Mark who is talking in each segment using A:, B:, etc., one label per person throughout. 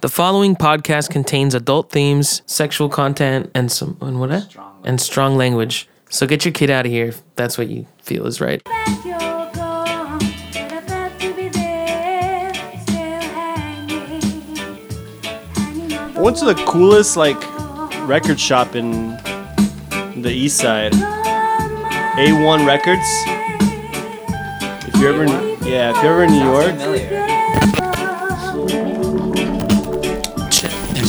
A: The following podcast contains adult themes, sexual content, and some and what? Strong and strong language. So get your kid out of here if that's what you feel is right.
B: that you're gone, but I felt to be there, still hanging, hanging on the
C: What's the coolest like record shop in the East Side? A1 Records. If you're ever, in, yeah, if you're ever in New York,
D: Familiar.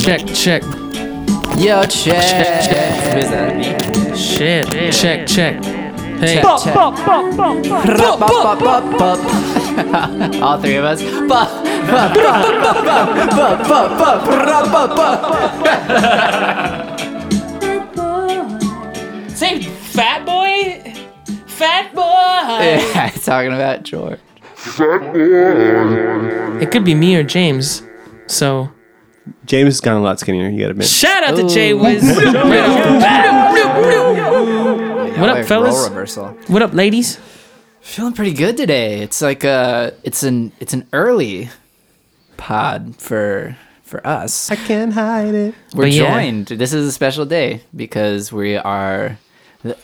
A: Check, check,
D: Yo,
A: check.
D: check. Who is that? Me?
A: shit, check, check. Hey,
D: Check, check. Rup, bup, bup, bup. All three of us. Bup, bup, bup, bup, bup, bup, bup, bup, rup, bup, bup.
B: bed boy.
E: Say fat boy, fat boy.
D: Yeah, talking about George.
A: it could be me or James. So
C: James has gotten a lot skinnier. You gotta admit.
A: shout out to Jay Wiz. What up,
D: Like Role
A: fellas?
D: reversal.
A: What up, ladies?
D: Feeling pretty good today. It's like a, it's an, it's an early pod for, for us.
C: I can't hide it.
D: We're
A: But yeah.
D: joined. This is a special day because we are the,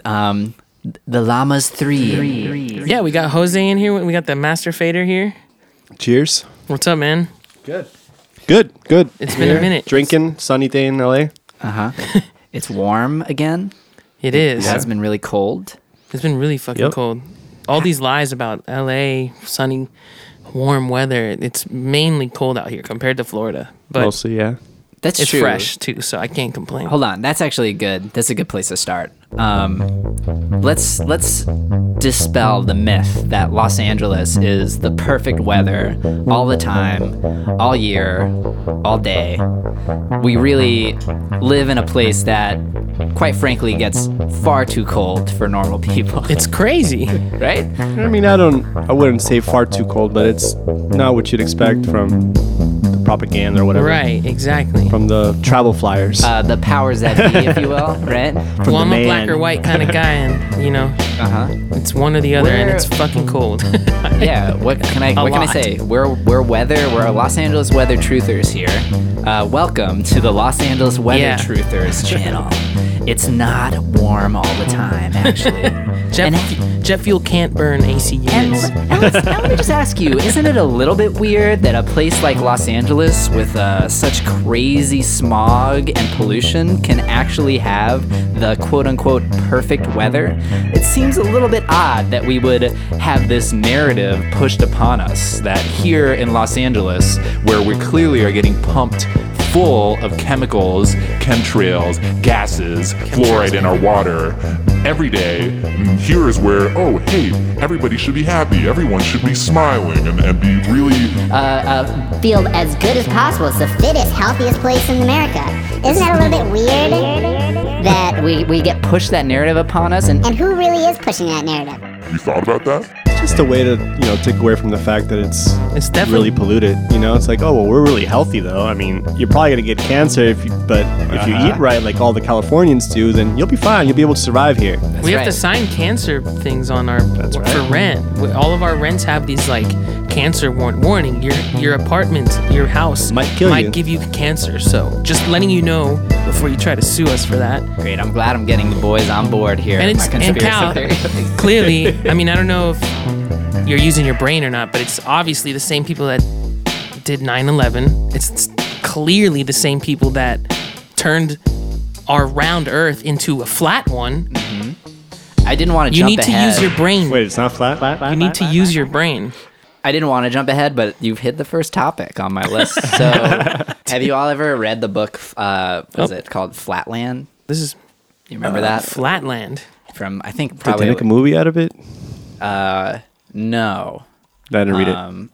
D: the um the llamas three.
A: Yeah, we got Jose in here. We got the master fader here.
C: Cheers.
A: What's up, man?
C: Good, good.
A: It's been a
C: Here,
A: minute.
C: Drinking sunny day in LA.
D: Uh huh. it's warm again.
A: It is.
D: It has been really cold.
A: It's been really fucking
C: Yep.
A: cold. All these lies about LA, sunny, warm weather. It's mainly cold out here compared to Florida, but
C: Mostly, yeah.
D: That's
A: it's
D: true.
A: fresh too, so I can't complain.
D: Hold on. That's actually good. That's a good place to start. Um, let's let's dispel the myth that Los Angeles is the perfect weather all the time, all year, all day. We really live in a place that, quite frankly, gets far too cold for normal people,
A: It's crazy.
D: right?
C: I mean, I don't. I wouldn't say far too cold, but it's not what you'd expect from the propaganda or whatever.
A: right, exactly.
C: From the travel flyers.
D: Uh, the powers that be, if you will, right?
A: well, I'm a black
C: man.
A: or white kind of guy, and you know,
D: Uh huh.
A: it's one or the other, and
D: Where-
A: it's fucking cold.
D: yeah what can i what can i
A: lot.
D: say we're we're weather we're los angeles weather truthers here uh, welcome to the los angeles weather
A: Yeah.
D: truthers channel it's not warm all the time actually
A: jet,
D: And-
A: jet fuel can't burn AC
D: and,
A: units.
D: and let's- and let me just ask you isn't it a little bit weird that a place like los angeles with uh, such crazy smog and pollution can actually have the quote-unquote perfect weather it seems a little bit odd that we would have this narrative pushed upon us that here in los angeles
F: where we clearly are getting pumped full of chemicals, chemtrails, gases, fluoride in our water every day. And here is where, oh, hey, everybody should be happy, everyone should be smiling and, and be really
G: feel as good as possible. It's the fittest, healthiest place in America. Isn't that a little bit weird? That
D: we, we get pushed that narrative upon us and
G: and who really is pushing that narrative?
F: you thought about that?
C: just a way to you know take away from the fact that it's
A: It's definitely-
C: really polluted. You know, it's like oh well, we're really healthy though. I mean, you're probably gonna get cancer if you, but if you eat right like all the Californians do, then you'll be fine. You'll be able to survive here.
A: we have
D: right.
A: to sign cancer things on our
C: right.
A: for rent. We- All of our rents have these like cancer war- warning. Your your apartment, your house
C: Might kill
A: might
C: you.
A: give you cancer. So just letting you know before you try to sue us for that.
D: great i'm glad i'm getting the boys on board here
A: And
D: with
A: it's
D: my
A: and
D: conspiracy
A: Cal,
D: theory.
A: clearly. I mean, I don't know if you're using your brain or not, but it's obviously the same people that did 9/11. It's clearly the same people that turned our round Earth into a flat one.
D: i didn't want to
A: You
D: jump
A: need to
D: ahead.
A: use your brain.
C: Wait, it's not flat. flat, flat
A: you need to use your brain.
D: I didn't want to jump ahead, but you've hit the first topic on my list. So, have you all ever read the book? Uh, was
A: Nope.
D: it called Flatland?
A: This is
D: You remember that
A: Flatland.
D: from? I think
C: Did they
D: probably.
C: make a movie out of it?
D: no.
C: I didn't read it.
D: Um,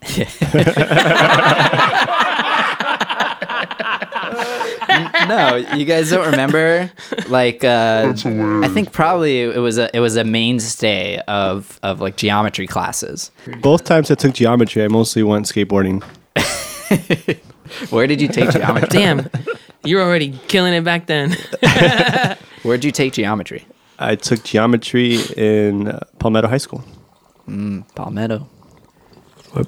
D: no, you guys don't remember. Like, uh, I think probably it was a it was a mainstay of of like geometry classes.
C: Both times I took geometry, I mostly went skateboarding.
D: Where did you take geometry?
A: Damn, you were already killing it back then.
D: Where'd you take geometry?
C: I took geometry in uh, Palmetto High School.
D: Palmetto. Where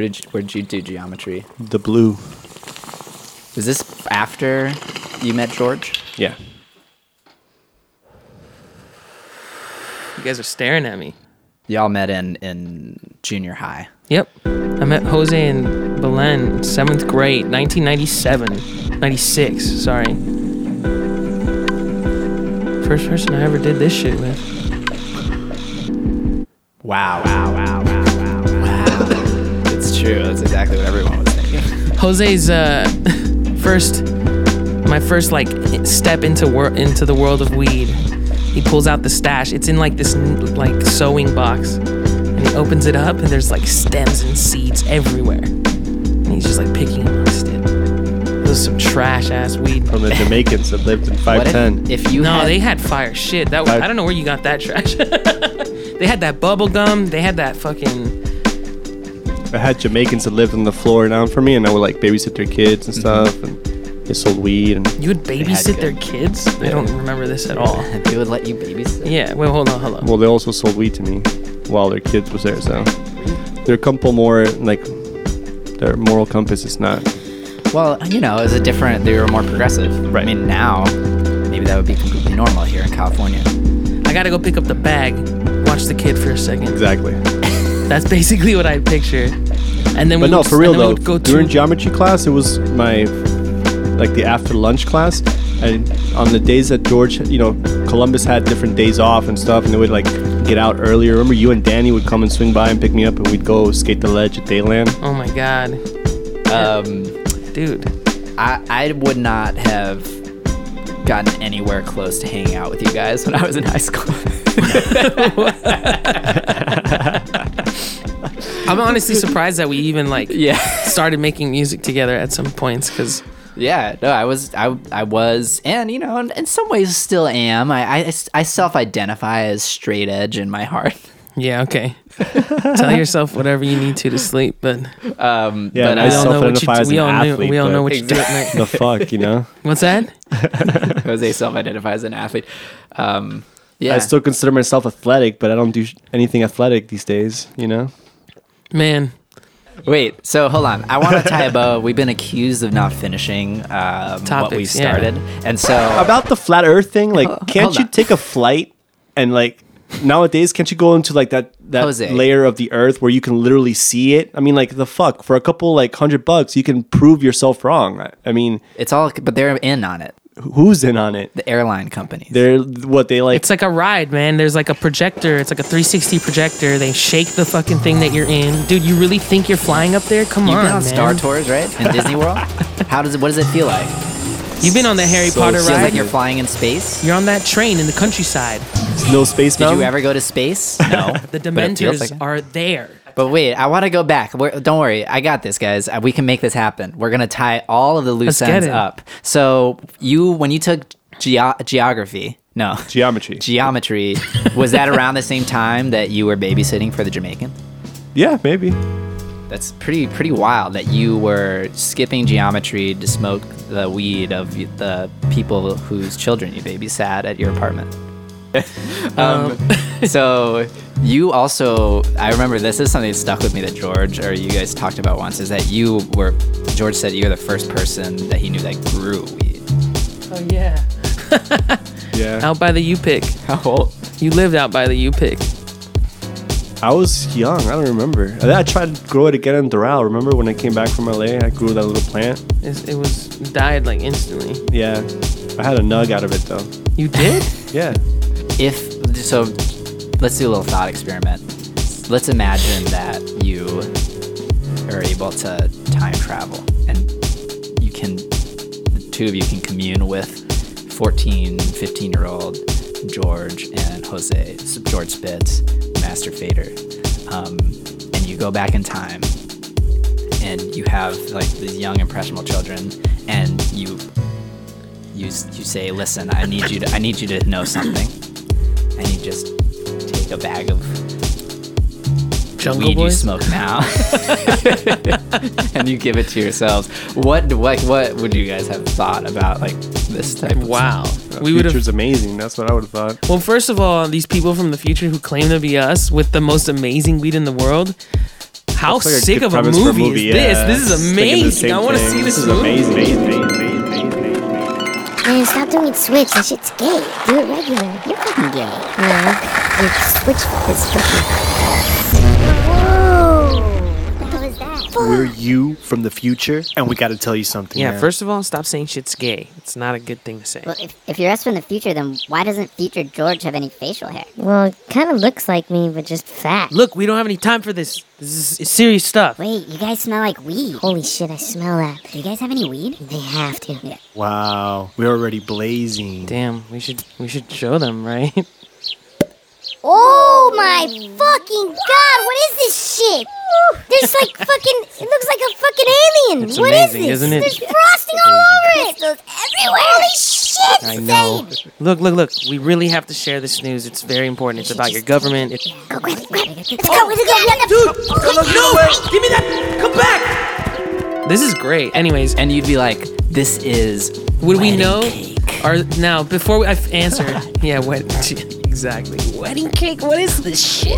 D: did you, where did you do geometry?
C: The blue.
D: Was this after you met George?
C: Yeah.
A: You guys are staring at me.
D: Y'all met in in junior high.
A: Yep. I met Jose in Belen, seventh grade, 1997. 96, sorry. First person I ever did this shit with.
D: Wow! Wow! Wow! Wow! Wow! it's true. That's exactly what everyone was thinking.
A: Jose's uh, first, my first like step into wor- into the world of weed. He pulls out the stash. It's in like this n- like sewing box, and he opens it up, and there's like stems and seeds everywhere. And he's just like picking amongst it. It was some trash ass weed.
C: From the Jamaicans that lived in
D: What
C: 510.
D: if, if you
A: No,
D: had,
A: they had fire shit. That was,
C: Fire-
A: I don't know where you got that trash. they had that bubble gum. They had that fucking.
C: I had Jamaicans that lived on the floor down for me, and I would like babysit their kids and
A: Mm-hmm.
C: stuff, and they sold weed. And
A: You would babysit
D: good-
A: their kids. I don't remember this at all.
D: they would let you babysit.
A: Yeah. Wait. Hold on. Hold on.
C: well, they also sold weed to me while their kids was there. So their compo more like their moral compass is not.
D: Well, you know, it was a different. They were more progressive.
C: Right.
D: I mean, now maybe that would be completely normal here in California.
A: I gotta go pick up the bag. Watch the kid for a second.
C: Exactly.
A: That's basically what I picture. And then we
C: But no,
A: would,
C: for real
A: and then we
C: though,
A: would go
C: during
A: to-
C: geometry class, it was my like the after lunch class, and on the days that George, you know, Columbus had different days off and stuff, and they would like get out earlier. Remember, you and Danny would come and swing by and pick me up, and we'd go skate the ledge at Dayland.
A: Oh my god,
D: Um,
A: dude.
D: I, I would not have gotten anywhere close to hanging out with you guys when I was in high school.
A: I'm honestly surprised that we even like
D: yeah.
A: started making music together at some points because
D: Yeah, no, I was, I, I was, and you know, in, in some ways still am. I, I, I self-identify as straight edge in my heart.
A: yeah, okay. Tell yourself whatever you need to to sleep, but
D: Um,
C: Yeah,
D: but
C: and
D: I
C: I
D: don't
A: don't know what you
C: self-identify
A: do.
C: as
A: We
C: an
A: all knew-
C: athlete.
A: we all
C: but
A: know what you do at night.
C: The fuck, you know.
A: what's that?
D: Jose self-identify as an athlete. Um, yeah,
C: I still consider myself athletic, but I don't do sh- anything athletic these days. You know.
A: Man,
D: Wait, so hold on. I want to tie a bow. We've been accused of not finishing um, what we
A: Topics, yeah.
D: started, and so
C: About the flat Earth thing, like,
D: Hold-
C: can't
D: Oh, hold
C: you
D: on.
C: take a flight and like nowadays? Can't you go into like that that
D: Jose.
C: layer of the Earth where you can literally see it? I mean, like the fuck for a couple like hundred bucks, you can prove yourself wrong. I, I mean,
D: it's all. But they're in on it.
C: who's in on it?
D: The airline companies.
C: They're what they like.
A: it's like a ride, man. There's like a projector. It's like a 360 projector. They shake the fucking thing that you're in, dude. You really think you're flying up there? Come
D: You've
A: on,
D: been on
A: man.
D: Star Tours, right? In Disney World. How does it? What does it feel like?
A: You've been on the Harry
C: So
A: Potter
D: Feels
A: ride.
D: like you're flying in space.
A: You're on that train in the countryside.
C: no space
D: Did you
C: mountain.
D: ever go to space? No.
A: The
D: it feels
A: Dementors
D: like it.
A: are there.
D: But wait, I want to go back. We're, don't worry, I got this, guys. Uh, We can make this happen. We're gonna tie all of the loose
A: Let's get
D: ends
A: it.
D: up. So you, when you took geo geography, no,
C: Geometry.
D: geometry was that around the same time that you were babysitting for the Jamaican?
C: yeah, maybe.
D: That's pretty pretty wild that you were skipping geometry to smoke the weed of y- the people whose children you babysat at your apartment. um, so you also I remember this is something that stuck with me that George or you guys talked about once is that you were George said you're the first person that he knew that grew weed.
A: Oh yeah.
C: Yeah.
A: Out by the U pick.
D: How old?
A: You lived out by the U pick.
C: I was young. I don't remember. I, think I tried to grow it again in Doral. Remember when I came back from LA? I grew that little plant.
A: It's, it was died like instantly.
C: Yeah. I had a nug out of it though.
A: You did?
C: Yeah.
D: if so let's do a little thought experiment let's imagine that you are able to time travel and you can the two of you can commune with 14 15 year old george and jose george spitz master fader um, and you go back in time and you have like these young impressionable children and you you, s- you say listen i need you to i need you to know something and you just take a bag of
A: Jungle
D: weed you
A: Boys.
D: smoke now, and you give it to yourselves. What like what would you guys have thought about like this type? of
A: Wow.
C: The
A: We would have
C: future's amazing. That's what I would have thought.
A: Well, first of all, these people from the future who claim to be us with the most amazing weed in the world, How
C: That's like a
A: sick
C: good
A: of a
C: premise for
A: movie, is
C: yeah.
A: this? This is
C: It's thinking the
A: amazing.
C: same
A: I want to
C: thing.
A: see this,
C: This is
A: movie.
C: amazing. amazing, amazing, amazing, amazing, amazing.
G: Man, stop doing switch. That shit's gay. Do it regular. You're fucking gay. No. It's switch is fucking. Whoa! What the hell is that?
H: We're you from the future, and we got to tell you something.
A: Yeah,
H: man.
A: first of all, stop saying shit's gay. It's not a good thing to say.
G: Well, if, if you're us from the future, then why doesn't future George have any facial hair?
I: Well, it kind of looks like me, but just fat.
A: Look, we don't have any time for this. This is serious stuff.
G: Wait, you guys smell like weed.
I: Holy shit, I smell that.
G: Do you guys have any weed?
I: They have to.
G: Yeah.
H: Wow, we're already blazing.
A: Damn, we should we should show them, right?
I: Oh my fucking god, what is this shit? There's like fucking, it looks like a fucking alien.
A: It's
I: What is
A: amazing,
I: this?
A: isn't it?
I: There's frosting all over it. Crystals everywhere. Holy shit,
A: I know. Look, look, look. We really have to share this news. It's very important. It's about your government. It's
I: Go, grab it, grab it. Let's go, let's go. Yeah,
A: Dude, come look, no! Give me that! Come back! This is great. Anyways,
D: And you'd be like, this is.
A: would we
D: wedding
A: know?
D: cake.
A: Are now before we, I've answered? yeah, what? Exactly. Wedding cake. What is this shit?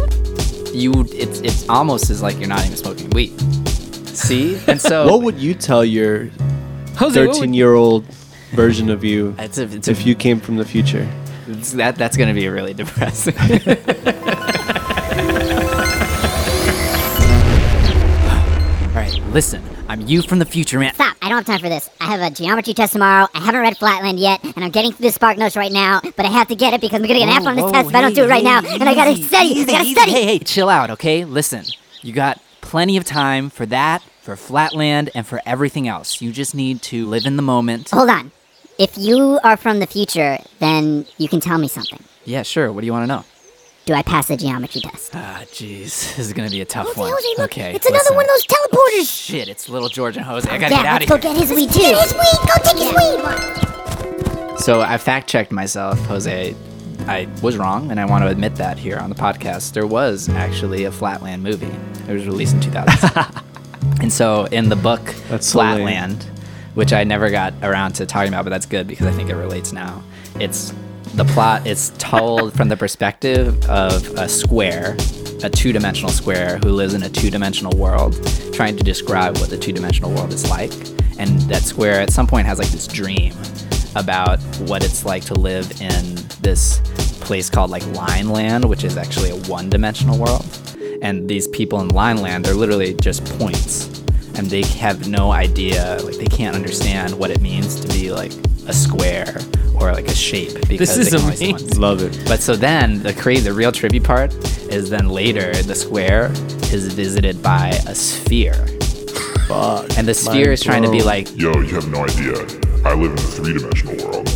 D: You, it's, it's almost as like you're not even smoking weed. See? And so.
C: What would you tell your
A: Jose, what would-
C: 13 year old version of you
D: It's a, it's a,
C: if you came from the future?
D: it's- that, that's going to be really depressing. All right, listen. I'm you from the future, man.
G: Stop. I don't have time for this. I have a geometry test tomorrow. I haven't read Flatland yet, and I'm getting through the Spark Notes right now, but I have to get it because I'm gonna get an F on this
D: Oh,
G: test if I don't do it right now, and I gotta study. I gotta study.
D: Hey, hey, chill out, okay? Listen, you got plenty of time for that, for Flatland, and for everything else. You just need to live in the moment.
G: Hold on. If you are from the future, then you can tell me something.
D: Yeah, sure. What do you want to know?
G: Do I pass the geometry test?
D: Ah, jeez, this is gonna be a tough
I: Jose,
D: one.
I: Jose, look,
D: okay,
I: it's another
D: listen.
I: one of those teleporters.
D: Shit, it's little George and Jose. I gotta
G: yeah,
D: get out
G: let's
D: of
G: go
D: here.
G: get his weed
I: Get
G: too.
I: his weed. Go take his weed.
D: So I fact checked myself, Jose. I was wrong, and I want to admit that here on the podcast. There was actually a Flatland movie. It was released in 2000. and so in the book
C: That's so lame.
D: Flatland, which I never got around to talking about, but that's good because I think it relates now. It's the plot is told from the perspective of a square, a two dimensional square who lives in a two dimensional world, trying to describe what the two dimensional world is like. And that square at some point has like this dream about what it's like to live in this place called like Line Land, which is actually a one dimensional world. And these people in Line Land, they're literally just points and they have no idea like they can't understand what it means to be like a square or like a shape because
A: is
D: they can only see
A: amazing.
D: one.
C: Love it.
D: but so then the crazy the real tribute part is then later the square is visited by a sphere and the sphere is trying to be like
F: Yo, you have no idea. I live in a three dimensional world.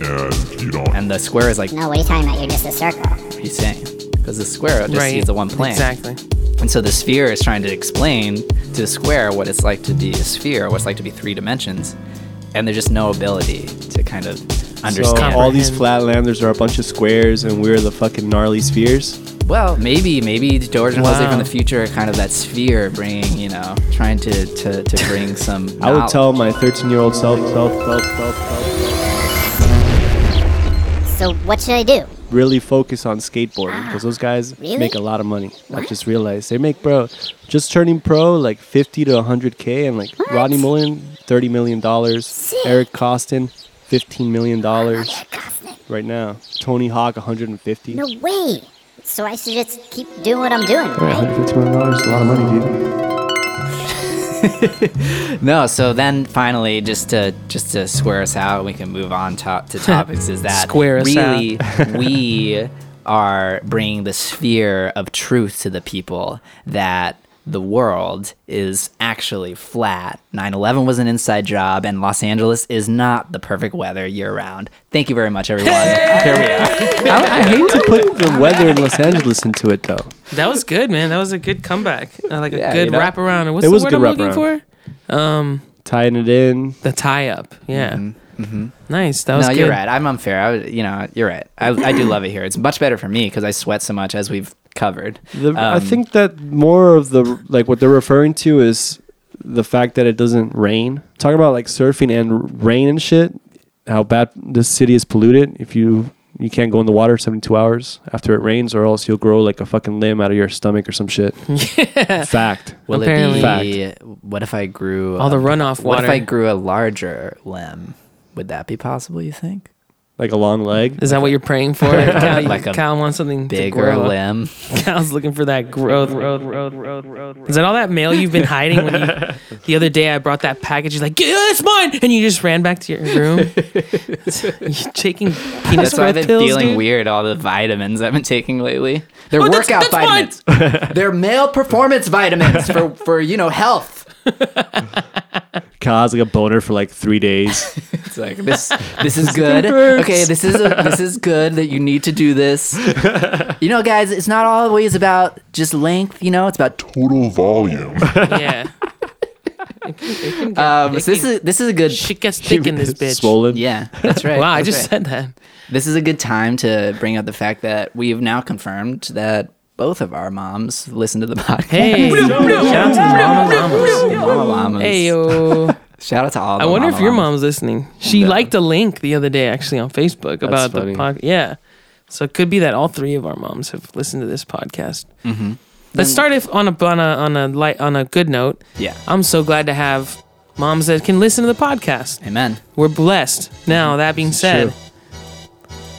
F: And you don't.
D: and the square is like what
G: No, what are you talking about? You're just a circle.
D: are you saying because the square just
A: right.
D: sees the one plane
A: Exactly.
D: And so the sphere is trying to explain to the square what it's like to be a sphere, what it's like to be three dimensions, and there's just no ability to kind of
C: So
D: understand.
C: all these
A: Comprehend.
C: flatlanders are a bunch of squares and we're the fucking gnarly spheres.
D: well, maybe maybe George and Jose
A: Wow.
D: from the future are kind of that sphere, bringing you know, trying to to, to bring some.
C: I would
D: knowledge.
C: tell my 13 year old self, self, self, self, self,
G: So what should I do?
C: really focus on skateboarding because those guys
G: Ah, Really?
C: make a lot of money. I just realized they make bro, just turning pro like 50 to 100k, and like Rodney Mullen, 30 million dollars. Eric Costin, 15 million dollars right now. Tony Hawk, 150.
G: No way. So I should just keep doing what I'm doing,
C: Right,
G: right?
C: 150 million dollars, a lot of money, dude.
D: No, so then finally, just to just to square us out, we can move on to, to topics. Is that
A: Square us out.
D: really we are bringing the sphere of truth to the people that the world is actually flat. 9/11 was an inside job, and Los Angeles is not the perfect weather year round. Thank you very much, everyone. Here we are.
C: I, I hate to put the weather in Los Angeles into it though.
A: That was good, man. That was a good comeback. Uh, like a
D: Yeah,
A: good
D: you know?
A: wraparound. Or What's
C: It
A: the
C: was a
A: word
C: good
A: I'm looking
C: wraparound.
A: for? Um,
C: Tying it in.
A: the tie up. Yeah. Nice. That was
D: Mm-hmm, no,
A: good.
D: you're right. I'm unfair. I, was- you know, you're right. I, I do love it here. It's much better for me because I sweat so much, as we've covered.
C: The, I
D: Um,
C: think that more of the like what they're referring to is the fact that it doesn't rain. Talking about like surfing and r- rain and shit, how bad this city is polluted. If you You can't go in the water 72 hours after it rains, or else you'll grow like a fucking limb out of your stomach or some shit. Fact.
D: Will
A: Apparently.
D: it be? What if I grew
A: All the runoff
D: What if
A: water.
D: I grew a larger limb? Would that be possible? You think?
C: Like a long leg.
A: Is that what you're praying for? Cal,
D: Like a
A: Cal wants something to
D: Bigger
A: grow.
D: limb.
A: Cal's looking for that growth. Road, road, road, road. Is that all that mail you've been hiding? When you, the other day I brought that package, you're like, yeah, it's mine, and you just ran back to your room, You're taking penis
D: That's why
A: breath
D: I've been
A: pills,
D: feeling
A: dude.
D: weird. All the vitamins I've been taking lately. They're
A: Oh, that's-
D: workout
A: that's mine.
D: vitamins. They're male performance vitamins for for you know health.
C: Cal has like a boner for like three days.
D: It's like this. This is good. Okay, this is a, this is good that you need to do this. You know, guys, it's not always about just length. You know, it's about
F: Total volume.
A: Yeah,
D: um, so this is this is a good.
A: shit gets thick in this bitch.
C: Swollen.
D: Yeah, that's right.
A: Wow, I
D: that's
A: just said
D: right.
A: that.
D: this is a good time to bring up the fact that we have now confirmed that both of our moms listen to the podcast.
A: Hey, shout out to Mama Llamas.
D: Mama llamas.
A: Hey yo.
D: Shout out to all.
A: I
D: the
A: wonder
D: mama
A: if your
D: llamas.
A: mom's listening. She liked a link the other day actually on Facebook about the
C: funny.
A: podcast. Yeah. So it could be that all three of our moms have listened to this podcast. Mm-hmm. Let's start if on a on a on a light on a good note.
D: Yeah.
A: I'm so glad to have moms that can listen to the podcast.
D: Amen.
A: We're blessed. Now that being said,
C: true.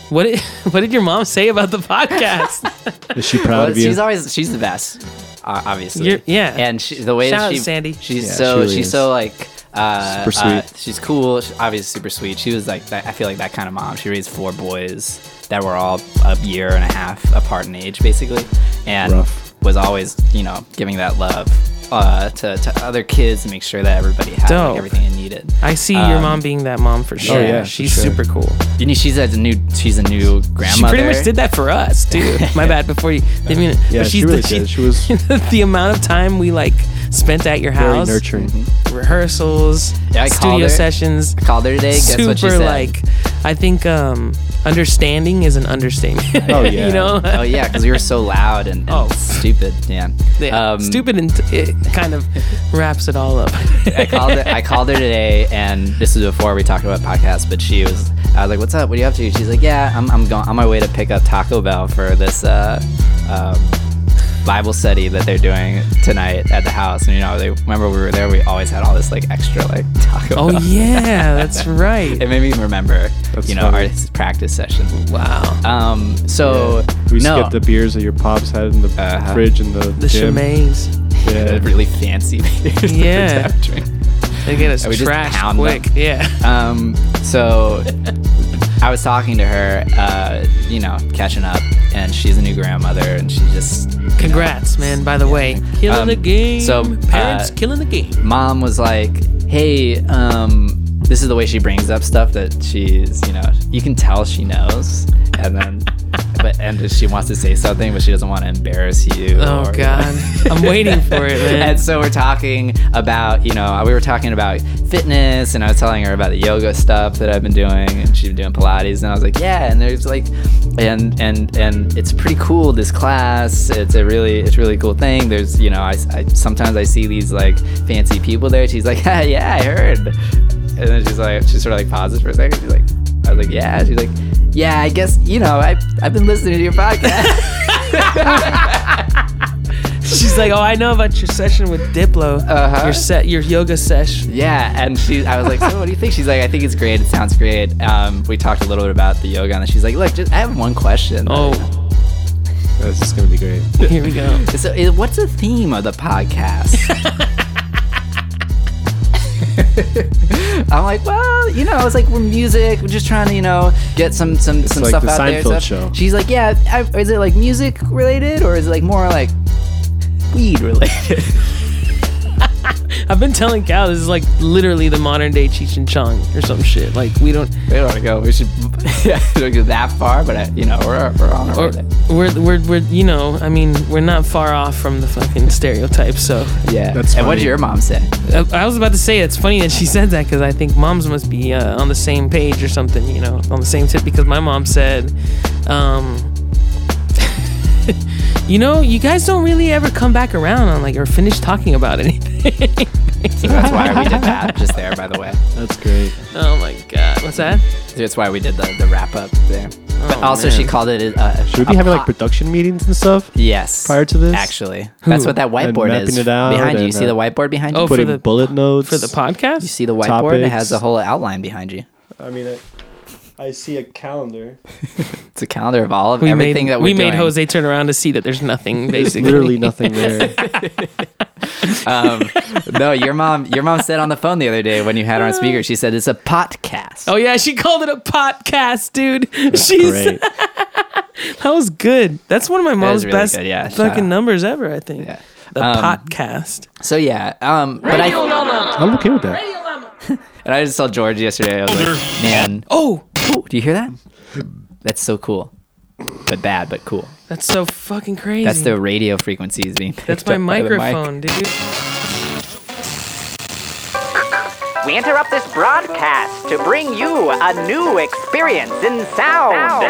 A: what did what did your mom say about the podcast?
C: Is she proud
D: Well,
C: of you?
D: she's always she's the best, uh, obviously.
A: You're- yeah.
D: and she, the way
A: Shout
D: that
A: out
D: she,
A: to Sandy.
D: she's
C: Yeah,
D: so
C: she really
D: she's
C: is.
D: so like uh,
C: Super
D: uh,
C: sweet.
D: she's cool. She's obviously super sweet. She was like that, I feel like that kind of mom. She raised four boys that were all a year and a half apart in age, basically, and
C: Rough.
D: was always you know giving that love uh, to to other kids to make sure that everybody had
A: Dope.
D: like, everything they needed.
A: I see your
D: Um,
A: mom being that mom for sure.
C: oh, yeah, for
A: she's
C: sure.
A: super cool.
D: You know, she's a new she's a new
A: She
D: grandmother.
A: pretty much did that for us too. My bad. Before you, didn't mean it.
C: yeah,
A: But
C: she
A: she's
C: really
A: the-
C: did. She was
A: the amount of time we like spent at your
C: very
A: house,
C: nurturing.
A: rehearsals,
D: Yeah, I called
A: studio
D: her.
A: sessions,
D: Called her today. Guess
A: super
D: what she said?
A: like. I think um, understanding is an understatement.
C: Oh, yeah.
A: you know,
D: oh yeah, because we were so loud and, and
A: Oh.
D: stupid. Yeah.
A: Yeah,
D: Um,
A: stupid and t- it kind of wraps it all up.
D: I called her. I called her today, and this is before we talked about podcasts. But she was. I was like, "What's up? What are you up to?" She's like, "Yeah, I'm. I'm going on my way to pick up Taco Bell for this." Uh, um, Bible study that they're doing tonight at the house, and you know, they remember we were there. We always had all this like extra like taco.
A: oh
D: Bell.
A: yeah, that's right.
D: it made me remember, you know,
C: funny.
D: our practice session.
A: Wow,
D: Um, so
C: We
D: no,
C: skipped the beers that your pops had in the
D: Uh-huh.
C: fridge and the,
A: the
C: gym.
A: Shemays.
D: the
C: Yeah.
D: really fancy beers
A: Yeah.
D: that we drink.
A: They get us
D: we just
A: trashed
D: pound
A: quick.
D: them.
A: Yeah.
D: Um, so I was talking to her, uh, you know, catching up, and she's a new grandmother, and she just,
A: Congrats, man. By the way, killing
D: Um,
A: the game.
D: so, uh,
A: parents killing the game.
D: mom was like, hey, um, this is the way she brings up stuff that she's, you know, you can tell she knows, and then, but and she wants to say something, but she doesn't want to embarrass you.
A: Oh,
D: or-
A: God. I'm waiting for it, man.
D: And so we're talking about, you know, we were talking about fitness, and I was telling her about the yoga stuff that I've been doing, and she's been doing Pilates, and I was like, yeah, and there's like, and and and it's pretty cool this class. It's a really it's a really cool thing. There's you know I, I sometimes I see these like fancy people there. She's like, yeah, yeah, I heard, and then she's like, she sort of like pauses for a second. She's like, I was like, yeah. She's like, yeah, I guess you know I I've been listening to your podcast.
A: She's like, "Oh, I know about your session with Diplo.
D: Uh-huh.
A: Your set, your yoga sesh.
D: Yeah, and she, I was like, so what do you think? She's like, I think it's great. It sounds great. Um, we talked a little bit about the yoga, and then she's like, look, just I have one question.
A: Oh,
C: This is gonna be great.
A: here we go.
D: so i- what's the theme of the podcast? I'm like, well, you know, it's like we're music. We're just trying to, you know, get some some some
C: like
D: stuff
C: the
D: out there. and
C: Seinfeld
D: stuff.
C: show.
D: She's like, yeah, I, is it like music related or is it like more like weed related?
A: I've been telling Cal this is like literally the modern day Cheech and Chong or some shit. Like we don't,
D: we don't want to go. We should, yeah, we don't go that far, but I, you know, we're we're on our
A: or
D: way. there.
A: we're we're we're you know, I mean, we're not far off from the fucking stereotype. So
D: Yeah.
C: That's
D: and what did
C: funny.
D: your mom say?
A: I, I was about to say it's funny that she said that because I think moms must be uh, on the same page or something, you know, on the same tip. Because my mom said, um, you know, you guys don't really ever come back around on like or finish talking about anything.
D: So that's why we did that just there, by the way.
C: That's great.
A: Oh my god. What's that?
D: That's why we did the, the wrap up there. but
A: Oh,
D: also, she called it. Uh,
C: Should we be having like production meetings and stuff?
D: Yes.
C: prior to this?
D: Actually, that's what that
C: And
D: whiteboard
C: mapping
D: is
C: it out
D: behind you. You
C: and,
D: see
C: uh,
D: the whiteboard behind
A: Oh,
D: you.
A: for
C: Putting
A: the-
C: bullet notes
A: For the podcast?
D: You see the whiteboard. It
C: topics.
D: has the whole outline behind you.
C: I mean, I, I see a calendar.
D: It's a calendar of all of
A: we
D: everything
A: made,
D: that we're
A: we made
D: doing.
A: Jose turn around to see that there's nothing basically.
C: Literally nothing there.
D: Um, no, your mom. Your mom said on the phone the other day when you had her on speaker. She said it's a podcast.
A: Oh yeah, she called it a podcast, dude. She's
C: Great.
A: that was good. That's one of my mom's
D: was really
A: best
D: good, yeah. Shout out.
A: fucking numbers ever, I think.
D: Yeah.
A: The
D: Um,
A: podcast.
D: So yeah. Um, but I
C: I'm okay with that.
D: and I just saw George yesterday. I was like, man,
A: Oh,
D: oh, do you hear that? That's so cool. But bad, but cool.
A: that's so fucking crazy.
D: That's the radio frequencies being.
A: That's
D: picked
A: my
D: up by the mic.
A: microphone, dude.
J: We interrupt this broadcast to bring you a new experience in sound.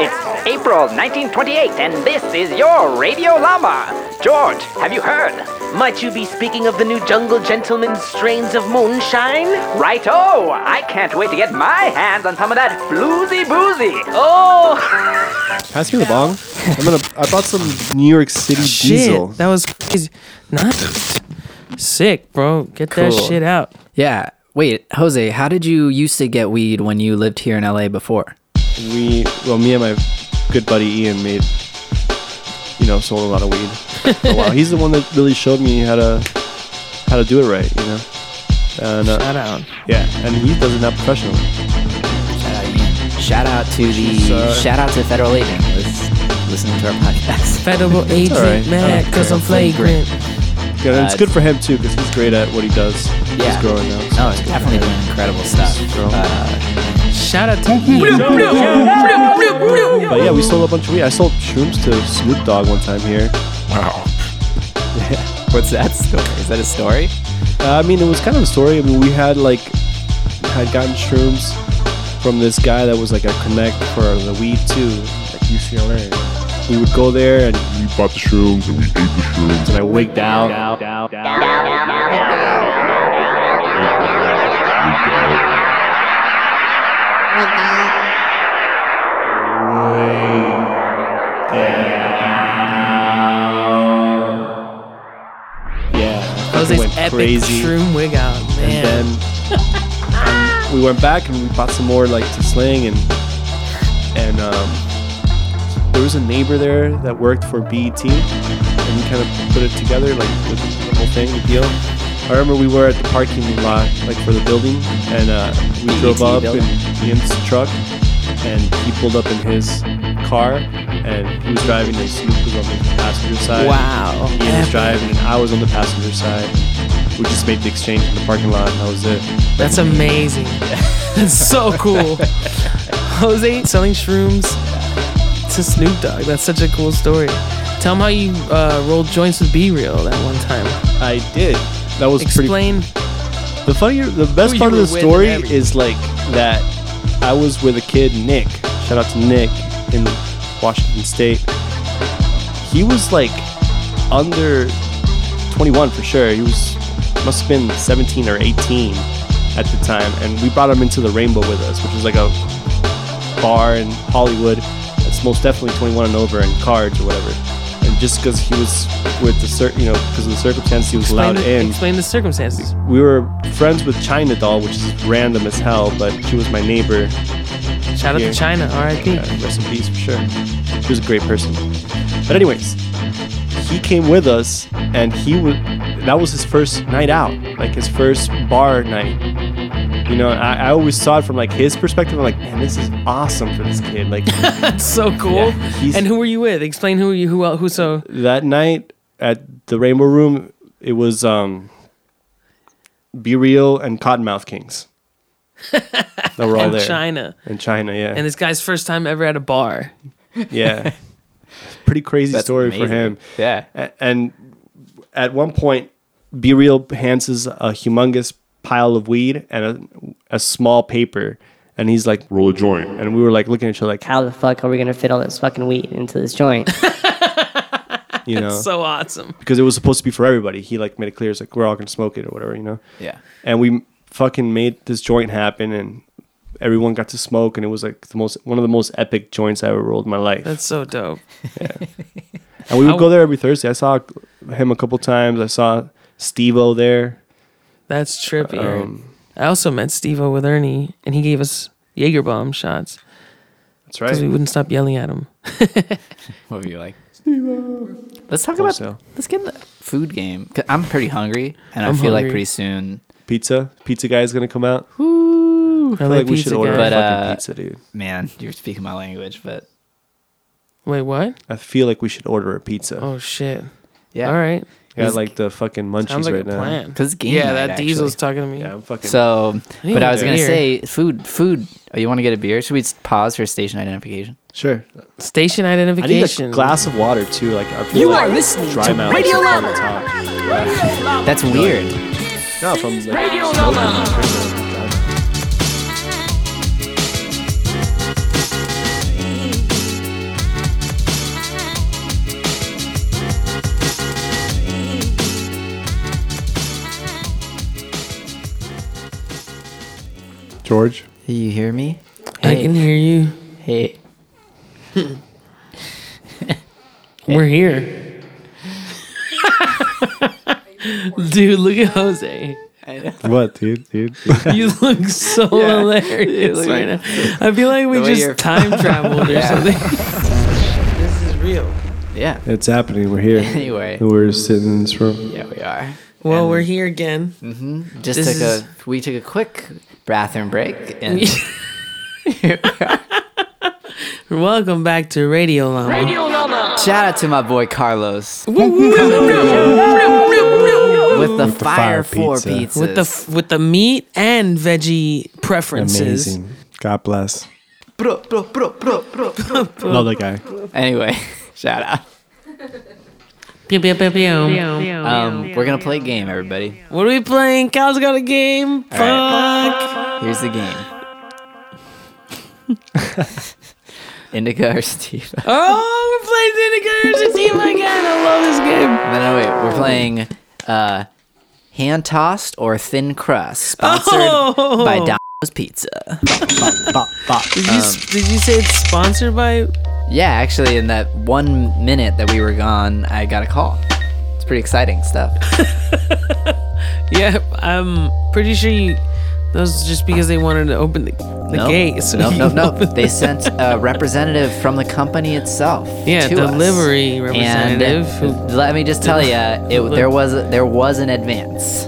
J: It's April 1928, and this is your Radio Llama. George, have you heard?
E: Might you be speaking of the new Jungle Gentleman's strains of moonshine?
J: Righto! I can't wait to get my hands on some of that floozy boozy. Oh!
C: Pass me the bong. I'm gonna. I bought some New York City diesel.
A: Shit, that was crazy. Not sick, bro. Get that
D: Cool.
A: shit out.
D: Yeah. Wait, Jose, how did you used to get weed when you lived here in LA before?
C: We well, me and my good buddy Ian made. You know, sold a lot of weed. for a while. he's the one that really showed me how to how to do it right. You know. And uh,
A: Shout out.
C: yeah, and he does it now professionally.
D: Shout out again. Shout out to the
C: uh,
D: shout out to the federal agent. Let's listen to our podcast.
A: Federal agent,
C: alright. I
A: mad
D: don't
A: because
D: care.
A: I'm flagrant.
C: Yeah, and it's
D: Uh,
C: good for him too because he's great at what he does.
D: Yeah.
C: He's growing now.
D: No, it's definitely doing incredible stuff. Uh,
A: Shout out to you.
C: But yeah, we sold a bunch of weed. I sold shrooms to Snoop Dogg one time here.
F: Wow.
D: what's that story? Is that a story?
C: Uh, I mean, it was kind of a story. I mean, we had like had gotten shrooms from this guy that was like a connect for the weed too, like UCLA. We would go there and
F: We bought the shrooms and we ate the shrooms.
C: I wigged out. Yeah,
A: Jose's
C: went
A: epic
C: crazy.
A: shroom wig out, man.
C: And then um, we went back and we bought some more like to sling and and um, there was a neighbor there that worked for BET and we kind of put it together like with the whole thing, the deal. I remember we were at the parking lot like for the building and uh, we drove
D: BET
C: up
D: building.
C: in Ian's truck and he pulled up in his car and he was driving and Snoop was on the passenger side.
A: wow.
C: Ian was driving and I was on the passenger side. We just made the exchange in the parking lot and that was it.
A: That's amazing. That's so cool. Jose selling shrooms to Snoop Dogg. That's such a cool story. Tell him how you uh, rolled joints with B Real that one time.
C: I did. That was pretty.
A: Explain.
C: The funny, the best
A: who
C: part
A: you
C: of
A: were
C: the
A: with
C: story
A: and everything.
C: is like that. I was with a kid, Nick. Shout out to Nick in Washington State. He was like under 21 for sure. He was must have been 17 or 18 at the time, and we brought him into the Rainbow with us, which is like a bar in Hollywood. It's most definitely 21 and over and cards or whatever. And just because he was with the cir- you know, because of the circumstance, he was
A: Explain
C: allowed
A: the,
C: in
A: explain the circumstances.
C: we were friends with China Doll, which is random as hell, but she was my neighbor.
A: Shout out
C: Here.
A: to China, RIP.
C: Uh, rest in peace for sure. She was a great person. But anyways, he came with us, and he was that was his first night out, like his first bar night. You know, I, I always saw it from like his perspective. I'm like, man, this is awesome for this kid. Like
A: That's so cool.
C: he's-
A: and who were you with? Explain who you who el- who so
C: that night at the Rainbow Room, it was um, Be Real and Cottonmouth Kings. that were all
A: in
C: there.
A: China.
C: In China, yeah.
A: And this guy's first time ever at a bar.
C: yeah. Pretty crazy story for him.
D: Yeah.
C: A- and at one point, Be Real hands us a humongous pile of weed and a, a small paper. And he's like,
F: Roll a joint.
C: and we were like looking at each other, like,
K: How the fuck are we gonna fit all this fucking weed into this joint?
C: you know,
A: So awesome.
C: because it was supposed to be for everybody. He like made it clear, it's like, we're all going to smoke it or whatever, you know?
D: Yeah.
C: and we fucking made this joint happen and everyone got to smoke, and it was like the most one of the most epic joints I ever rolled in my life.
A: That's so dope.
C: And we would go there every Thursday. I saw him a couple times. I saw Stevo there.
A: That's trippy. Aaron.
C: Um,
A: I also met Steve O with Ernie, and he gave us Jaeger bomb shots.
C: That's
A: Because we wouldn't stop yelling at him.
D: What were you like?
C: Steve-O.
D: Let's talk about.
C: so.
D: Let's get in the food game. 'Cause I'm pretty hungry, and i
C: I'm
D: feel like
C: hungry.
D: pretty soon.
C: Pizza, pizza guy is gonna come out.
A: I
C: feel like we should order
D: But
C: a fucking
D: uh,
C: pizza, dude.
D: man, you're speaking my language. But
A: Wait, what?
C: I feel like we should order a pizza.
A: Oh shit.
D: yeah,
A: All right.
C: Got like the fucking munchies
A: Sounds like
C: right
A: a
C: now.
A: plan.
D: 'Cause game
A: yeah,
D: night,
A: that
D: actually.
A: diesel's talking to me.
C: Yeah, I'm fucking.
D: So,
A: need
D: but I
A: a
D: was gonna
A: beer.
D: say food. Food. Oh, you want to get a beer? Should we s- pause for station identification?
C: sure.
A: Station
C: I need
A: identification.
C: a glass of water too. Like I feel
D: You
C: like
D: are listening
C: dry
D: to
C: mouth is
D: Radio
C: on the
D: Lama.
C: top.
D: That's weird.
C: No, from the
A: Radio
C: George.
D: You hear me?
A: I can hear you.
D: Hey.
A: We're here. Dude, look at Jose.
C: What, dude? Dude.
A: You look so hilarious
D: look-
A: right now. I feel like we
D: way you're-
A: just time traveled or something.
E: This is real.
D: Yeah.
C: it's happening. We're here.
D: Anyway.
C: We're sitting in this room.
D: Yeah, we are.
A: Well, we're here again.
D: Just
A: This
D: took
A: is-
D: a we took a quick bathroom break and here we are.
A: Welcome back to Radio Llama.
D: Shout out to my boy Carlos with
A: with
D: the
C: fire
D: fire, four
C: pizza.
D: pizzas.
A: the f- with the meat and veggie preferences.
C: Amazing. God bless. Love that guy.
D: anyway, shout out.
A: Pew, pew, pew, pew. Oh,
D: Um, we're gonna play a game, everybody.
A: What are we playing? Cal's got a game. Fuck.
D: Here's the game. Indica or Steve?
A: Oh, we're playing Zinnikers. It's you again. I love this game.
D: No, no, wait. We're playing uh, hand tossed or thin crust, sponsored
A: Oh.
D: by Domino's Pizza. Um,
A: Did you, s did you say it's sponsored by?
D: Yeah, actually, in that one minute that we were gone, I got a call. It's pretty exciting stuff.
A: Yeah, I'm pretty sure you. That was just because they wanted to open the, the
D: Nope.
A: gate. So
D: nope,
A: you
D: nope, nope.
A: opened-
D: They sent a representative from the company itself.
A: Yeah,
D: to
A: delivery
D: us.
A: representative who-
D: And let me just tell you, it, there was there was an advance.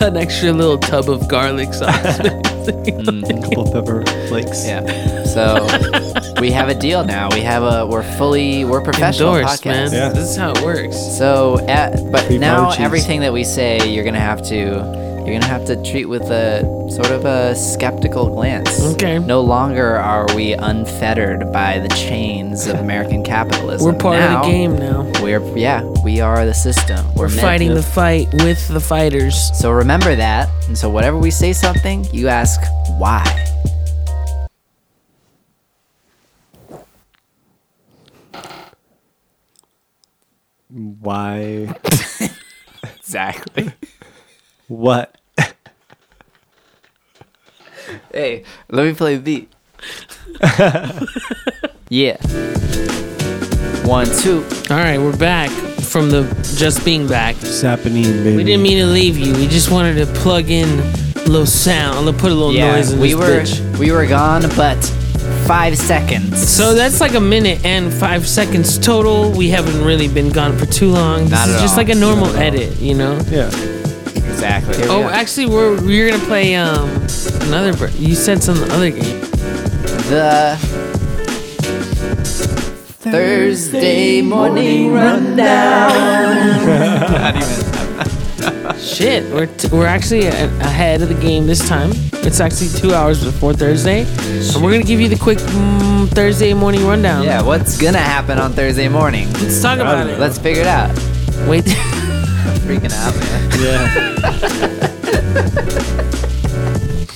A: An extra little tub of garlic sauce.
C: Couple pepper flakes.
D: Yeah. So we have a deal now. We have a we're fully we're professional
A: Endorsed,
D: podcast.
A: man.
C: Yeah.
A: This is how it works.
D: So at, but
C: Free
D: now
C: powdered cheese.
D: everything that we say, you're gonna have to you're gonna have to treat with a sort of a skeptical glance.
A: Okay.
D: No longer are we unfettered by the chains of American capitalism.
A: We're part
D: Now,
A: of the game now.
D: We're yeah, we are the system. We're,
A: We're
D: meant
A: fighting
D: to-
A: the fight with the fighters.
D: So remember that. And so whenever we say something, you ask why.
C: Why?
D: Exactly.
C: What?
D: hey, let me play the beat. yeah. One, two.
A: All right, we're back from the just being back.
C: What's happening, baby?
A: We didn't mean to leave you. We just wanted to plug in a little sound, a little, put a little noise in
D: we
A: this
D: were
A: bitch.
D: we were gone, but five seconds.
A: So that's like a minute and five seconds total. We haven't really been gone for too long. This
D: Not
A: is
D: at
A: just
D: all.
A: like a normal edit, you know.
C: Yeah.
D: exactly.
A: Oh, actually, we're we're gonna play um another. Br- you said some other game.
D: the Thursday morning rundown.
A: Shit, we're t- we're actually a- ahead of the game this time. It's actually two hours before Thursday, and we're gonna give you the quick mm, Thursday morning rundown.
D: Yeah, what's gonna happen on Thursday morning?
A: let's talk about it.
D: Let's figure it out.
A: Wait.
D: Freaking out, man.
C: Yeah.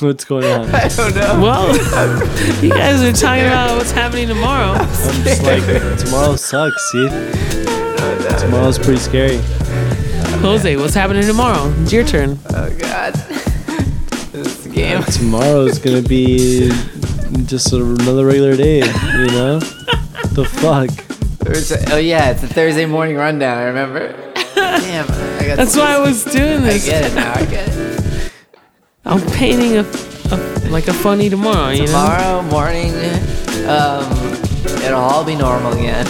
C: What's going on?
D: I don't know.
A: Well, you guys are talking about what's happening tomorrow.
C: I'm just like, tomorrow sucks, dude. Tomorrow's pretty scary.
A: Jose, what's happening tomorrow? It's your turn.
D: Oh God. This is game.
C: Tomorrow's gonna be just another regular day, you know? the fuck?
D: There's a- oh yeah, it's a Thursday morning rundown. I remember. Damn, I got
A: That's why I was doing this.
D: I get it now. I get it.
A: I'm painting a, a like a funny tomorrow. You know.
D: Tomorrow morning, um, it'll all be normal again.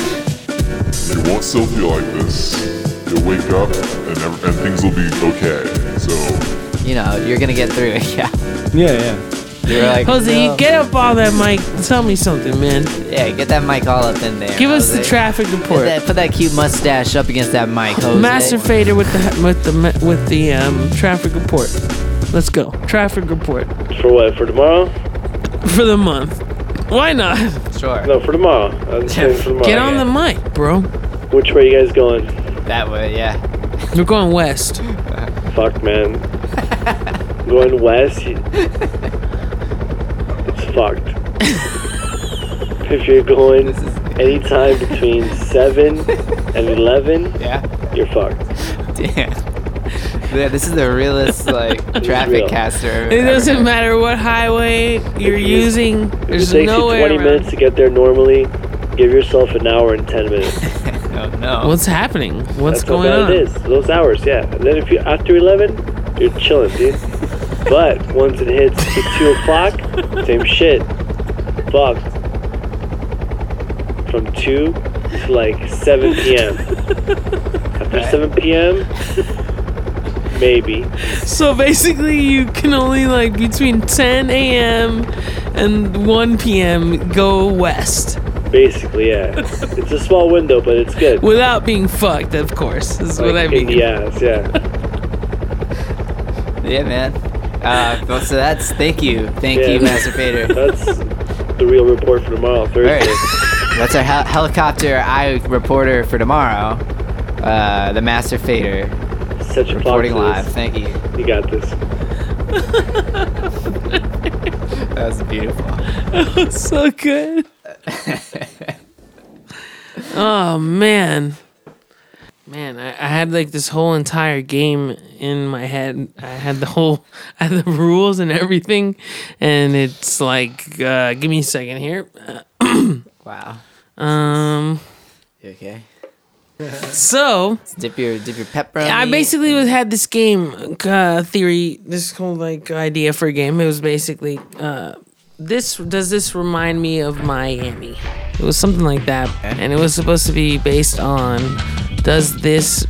F: You won't still feel like this. You'll wake up and, ev- and things will be okay. So,
D: You know, you're gonna get through it. Yeah.
C: Yeah, yeah.
D: You're like,
A: Jose,
D: no.
A: get up all that mic. Tell me something, man.
D: yeah, get that mic all up in there.
A: Give us the
D: Jose.
A: traffic
D: Put
A: report.
D: that, put that cute mustache up against that mic, Jose.
A: Master fader with the with the with the um, traffic report. Let's go. Traffic report
L: For what? For tomorrow?
A: for the month. Why not?
D: Sure.
L: No, for tomorrow. I'm saying for tomorrow.
A: Get on the mic, bro.
L: Which way you guys going?
D: That way, yeah.
A: We're going west.
L: Fuck, man. going west. you- It's fucked. if you're going anytime between seven and eleven,
D: Yeah.
L: you're fucked.
D: Damn. Yeah, this is the realest like traffic
L: real.
D: caster. I've
A: It
D: ever
A: doesn't
D: heard.
A: matter what highway you're
L: If you-
A: using. There's
L: if it takes
A: no
L: you
A: way
L: 20
A: around.
L: minutes to get there normally. Give yourself an hour and 10 minutes.
D: Oh no.
A: What's happening? What's
L: That's
A: going
L: how bad
A: on?
L: It is. Those hours, yeah. And then if you after eleven, you're chilling, dude. but once it hits the two o'clock, same shit. Fucked. From two to like seven p.m. After seven p.m., maybe.
A: So basically, you can only like between 10 a.m. and 1 p.m. go west
L: Basically, yeah. It's a small window, but it's good.
A: without being fucked, of course. Is
L: Like,
A: what I
L: in
A: mean.
L: the ass, yeah.
D: Yeah, man. Uh, well, so that's thank you, thank
L: Yeah.
D: you, Master Fader.
L: That's the real report for tomorrow,
D: All
L: Thursday.
D: right. That's our hel- helicopter eye reporter for tomorrow. Uh, the Master Fader
L: Set your clock.
D: reporting
L: to
D: live.
L: this.
D: Thank you.
L: You got this.
D: That's beautiful.
A: so good. oh man, man, I, I had like this whole entire game in my head. I had the whole, I had the rules and everything, and it's like, uh, give me a second here.
D: Wow.
A: Um,
D: You okay?
A: so
D: Dip your dip your pepperoni.
A: I basically was had this game uh, theory, this whole like idea for a game. It was basically, uh, this does this remind me of Miami? It was something like that, and it was supposed to be based on does this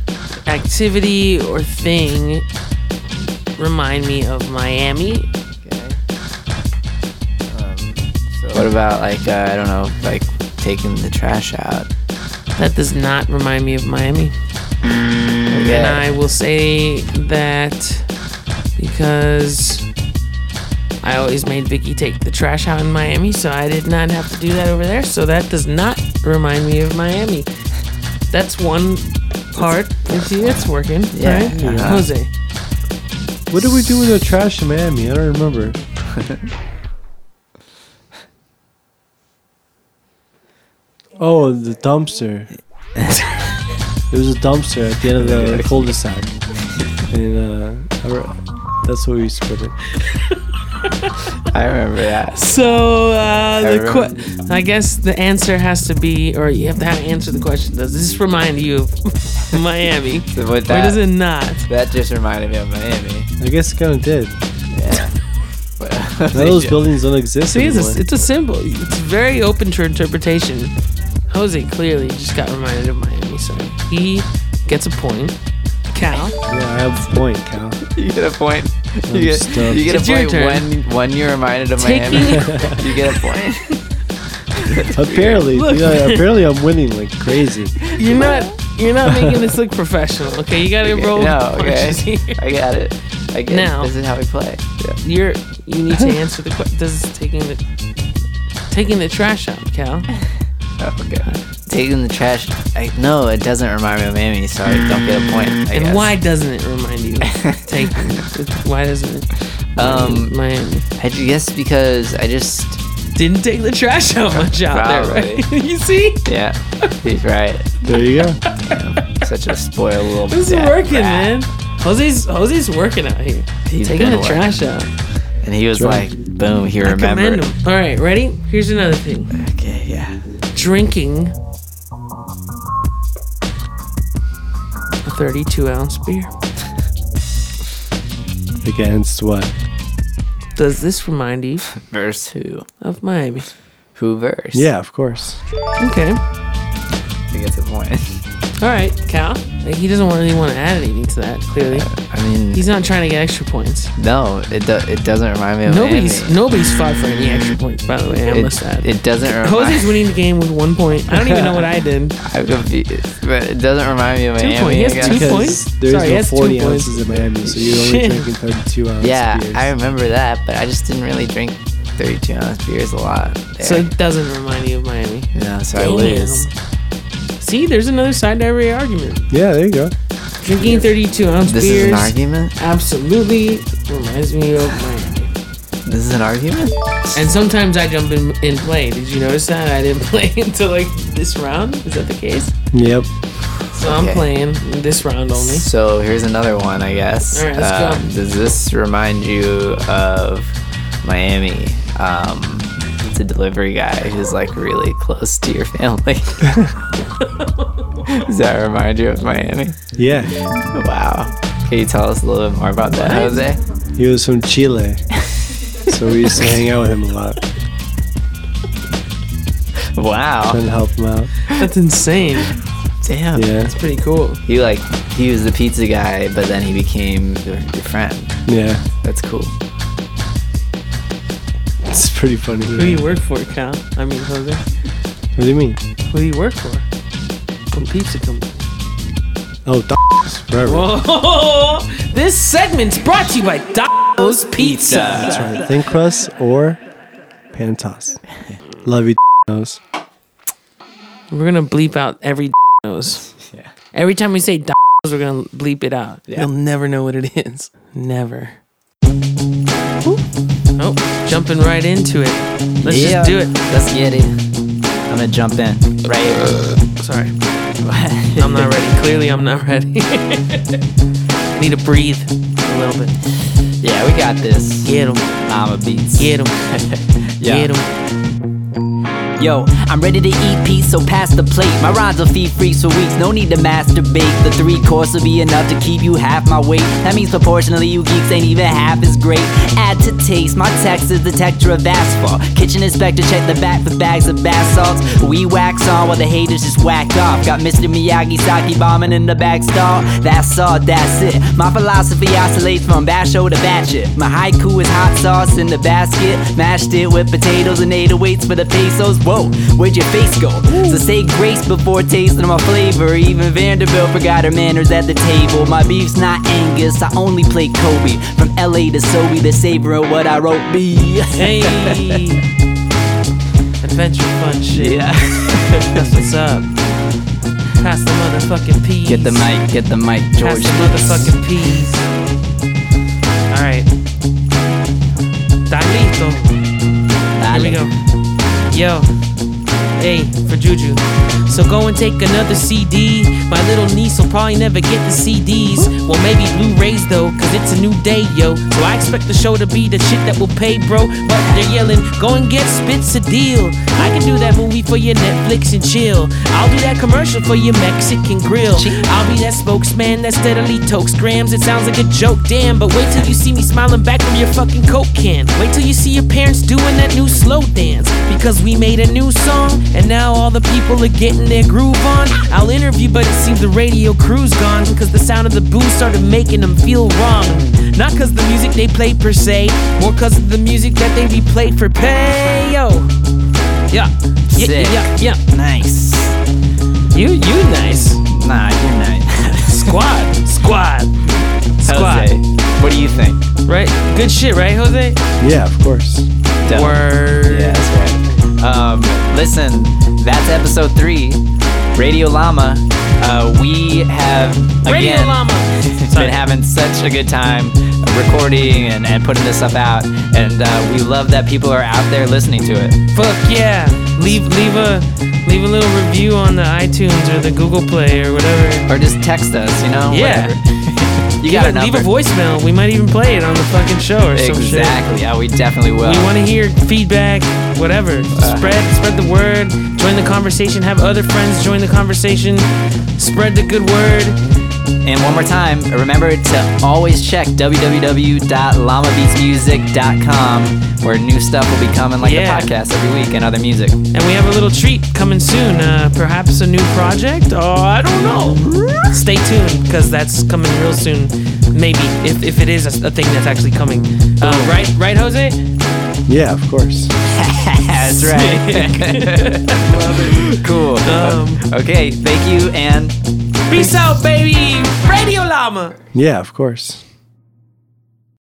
A: activity or thing remind me of Miami?
D: Okay. Um, so what about like uh, I don't know, like taking the trash out?
A: That does not remind me of Miami. And I will say that because I always made Vicky take the trash out in Miami, so I did not have to do that over there. So that does not remind me of Miami. That's one part. You see, it's working,
D: Yeah.
A: right? Jose.
C: What did we do with the trash in Miami? I don't remember. oh, the dumpster. there was a dumpster at the end of the cul-de-sac, and uh, I re- that's where we used to put it.
D: I remember that.
A: So uh, the
D: Everyone-
A: que- I guess the answer has to be, or you have to have to answer the question. Does this remind you of Miami?
D: So with
A: Or
D: that,
A: does it not?
D: that just reminded me of Miami.
C: I guess it kind of did.
D: Yeah. But-
C: Now those buildings don't exist
A: See, it's
C: anymore.
A: a, it's a symbol. It's very open to interpretation. Jose clearly just got reminded of Miami, so he gets a point. Cal,
C: yeah, I have a point, Cal.
D: You get a point. You get,
C: stumped.
D: you get a
A: It's your
D: point
A: turn.
D: when when you're reminded of
A: Taking-
D: Miami. you get a point.
C: Apparently,
A: Look.
C: yeah, apparently I'm winning like crazy.
A: you're not you're not making this look professional. Okay, you gotta roll with
D: no,
A: the
D: okay.
A: punches here.
D: I got it. I get
A: Now.
D: it. This is how we play. Yeah.
A: You're you need to answer the question. Does taking the taking the trash out, Cal?
D: Oh, okay. Taking the trash. I, no, it doesn't remind me of Miami, so I don't get a point. I
A: and
D: guess.
A: why doesn't it remind you? of taking why doesn't it?
D: Um,
A: Miami
D: I guess because I just.
A: didn't take the trash out much out there, right?
D: Probably.
A: you see.
D: Yeah, he's right.
C: There you go.
D: Such a spoiled little.
A: This is
D: brat.
A: working, man. Jose's Jose's working out here.
D: He's
A: Taking
D: been
A: the
D: working.
A: trash out.
D: And he was like, boom, he remembered.
A: Commendable. All right, ready? Here's another thing.
D: Okay, yeah.
A: Drinking a 32 ounce beer.
C: Against what?
A: Does this remind you
D: Verse who?
A: of Miami?
D: Who verse?
C: Yeah, of course.
A: Okay.
D: To get to the point.
A: All right, Cal. Like, he doesn't really want to add anything to that. Clearly,
D: I mean,
A: he's not trying to get extra points.
D: No, it, do- it doesn't remind me of
A: Nobody's
D: Miami.
A: nobody's fought for any extra points. By the way, I must
D: it,
A: add.
D: it doesn't remind
A: Jose's winning the game with one point. I don't even know what I did.
D: I'm confused, but it doesn't remind me of
A: Two
D: Miami.
A: point. He has
D: I
A: two
D: guess.
A: points?
C: There's
A: Sorry,
C: no
A: that's two
C: 40
A: points.
C: ounces in Miami, so you're only
A: Shit.
C: drinking 32 ounces.
D: Yeah, I remember that, but I just didn't really drink 32 ounce beers a lot. There.
A: So it doesn't remind you of Miami.
D: yeah, so I
A: Damn.
D: lose.
A: See, there's another side to every argument.
C: Yeah, there you go.
A: Drinking 32 ounce
D: This
A: beers
D: is an argument.
A: absolutely reminds me of Miami.
D: This is an argument.
A: And sometimes I jump in, in play. Did you notice that? I didn't play until like this round. Is that the case?
C: Yep.
A: So I'm
D: Okay.
A: playing this round only.
D: So here's another one, I guess.
A: All right, let's
D: Um,
A: go.
D: Does this remind you of Miami? Um, it's a delivery guy who's like really close to your family. Does that remind you of Miami?
C: Yeah.
D: Wow. Can you tell us a little bit more about that, Jose?
C: He was from Chile. so we used to hang out with him a lot.
D: Wow.
C: Trying to help him out.
A: That's insane.
D: Damn.
C: Yeah.
A: That's pretty cool.
D: He like he was the pizza guy, but then he became your, your friend.
C: Yeah.
D: That's cool.
C: It's pretty funny.
A: Who do you work for, Cal? I mean, Jose.
C: What do you mean?
A: Who do you work for? From Pizza Company.
C: Oh, dogs. Forever.
A: Whoa! Oh, This segment's brought to you by Domino's Pizza.
C: That's right. Thin crust or Pantos. Love you, Domino's.
A: We're gonna bleep out every nose.
D: Yeah.
A: Every time we say nose, we're gonna bleep it out.
D: Yeah.
A: You'll never know what it is. Never. Oh, jumping right into it. Let's
D: Yeah.
A: just do it.
D: Let's get it. I'm gonna jump in. Right.
A: Sorry, I'm not ready. Clearly, I'm not ready. Need to breathe a little bit.
D: yeah, we got this.
A: Get him,
D: Mama beats.
A: get him,
D: Yeah.
A: get him.
D: Yo, I'm ready to eat peace, so pass the plate. My rhymes will feed freaks for weeks, no need to masturbate. The three course will be enough to keep you half my weight. That means proportionally, you geeks ain't even half as great. Add to taste, my text is the texture of asphalt. Kitchen inspector, check the back for bags of bath salts. We wax on while the haters just whack off. Got Mr. Miyagi Saki bombing in the back stall. That's all, that's it. My philosophy oscillates from basho to batchet. My haiku is hot sauce in the basket. Mashed it with potatoes and 808s for the pesos. Whoa, where'd your face go? So say grace before tasting my flavor. Even Vanderbilt forgot her manners at the table. My beef's not Angus, I only play Kobe. From LA to Sobe, the savor of what I wrote be.
A: Hey, adventure fun shit.
D: yeah.
A: That's what's up. Pass the motherfucking peas.
D: Get the mic, get the mic,
A: Pass
D: George.
A: the motherfucking peas. Alright. Dalito. Here we go. Yo. Hey, for Juju. So go and take another CD. My little niece will probably never get the CDs. Well, maybe Blu-rays though, cause it's a new day, yo. So I expect the show to be the shit that will pay, bro. But they're yelling, go and get Spitz a deal. I can do that movie for your Netflix and chill. I'll do that commercial for your Mexican grill. I'll be that spokesman that steadily tokes grams. It sounds like a joke, damn. But wait till you see me smiling back from your fucking coke can. Wait till you see your parents doing that new slow dance. Because we made a new song, and now all the people are getting their groove on. I'll interview, but it seems the radio crew's gone. Because the sound of the booze started making them feel wrong. Not because the music they play per se, more because of the music that they replayed for pay. Yo. Yeah. Yeah,
D: Sick.
A: yeah, yeah.
D: Nice.
A: You, you nice.
D: Nah, you're nice.
A: Squad, squad, squad.
D: what do you think?
A: Right? Good shit, right, Jose?
C: Yeah, of course.
A: Word.
D: Yeah, that's right. Um, listen, that's episode three, Radio Llama. Uh, we have
A: Radio
D: again,
A: Llama.
D: been having such a good time recording and, and putting this stuff out, and uh, we love that people are out there listening to it.
A: Fuck yeah. Leave leave a leave a little review on the iTunes or the Google Play or whatever.
D: Or just text us, you know?
A: Yeah.
D: whatever. You got a
A: leave a
D: number.
A: voicemail. We might even play it on the fucking show or some shit.
D: Exactly. Yeah, we definitely will.
A: We want to hear feedback, whatever.
D: Uh.
A: Spread, spread the word. Join the conversation. Have other friends join the conversation. Spread the good word.
D: And one more time, remember to always check www.llamabeatsmusic.com where new stuff will be coming like
A: Yeah.
D: the podcast every week and other music.
A: And we have a little treat coming soon. Uh, perhaps a new project? Oh, I don't know. Stay tuned because that's coming real soon. Maybe if, if it is a, a thing that's actually coming. Uh, right, right, Jose?
C: Yeah, of course.
D: That's right. cool.
A: Um,
D: okay, thank you and
A: Peace out, baby. Radio Llama.
C: Yeah, of course.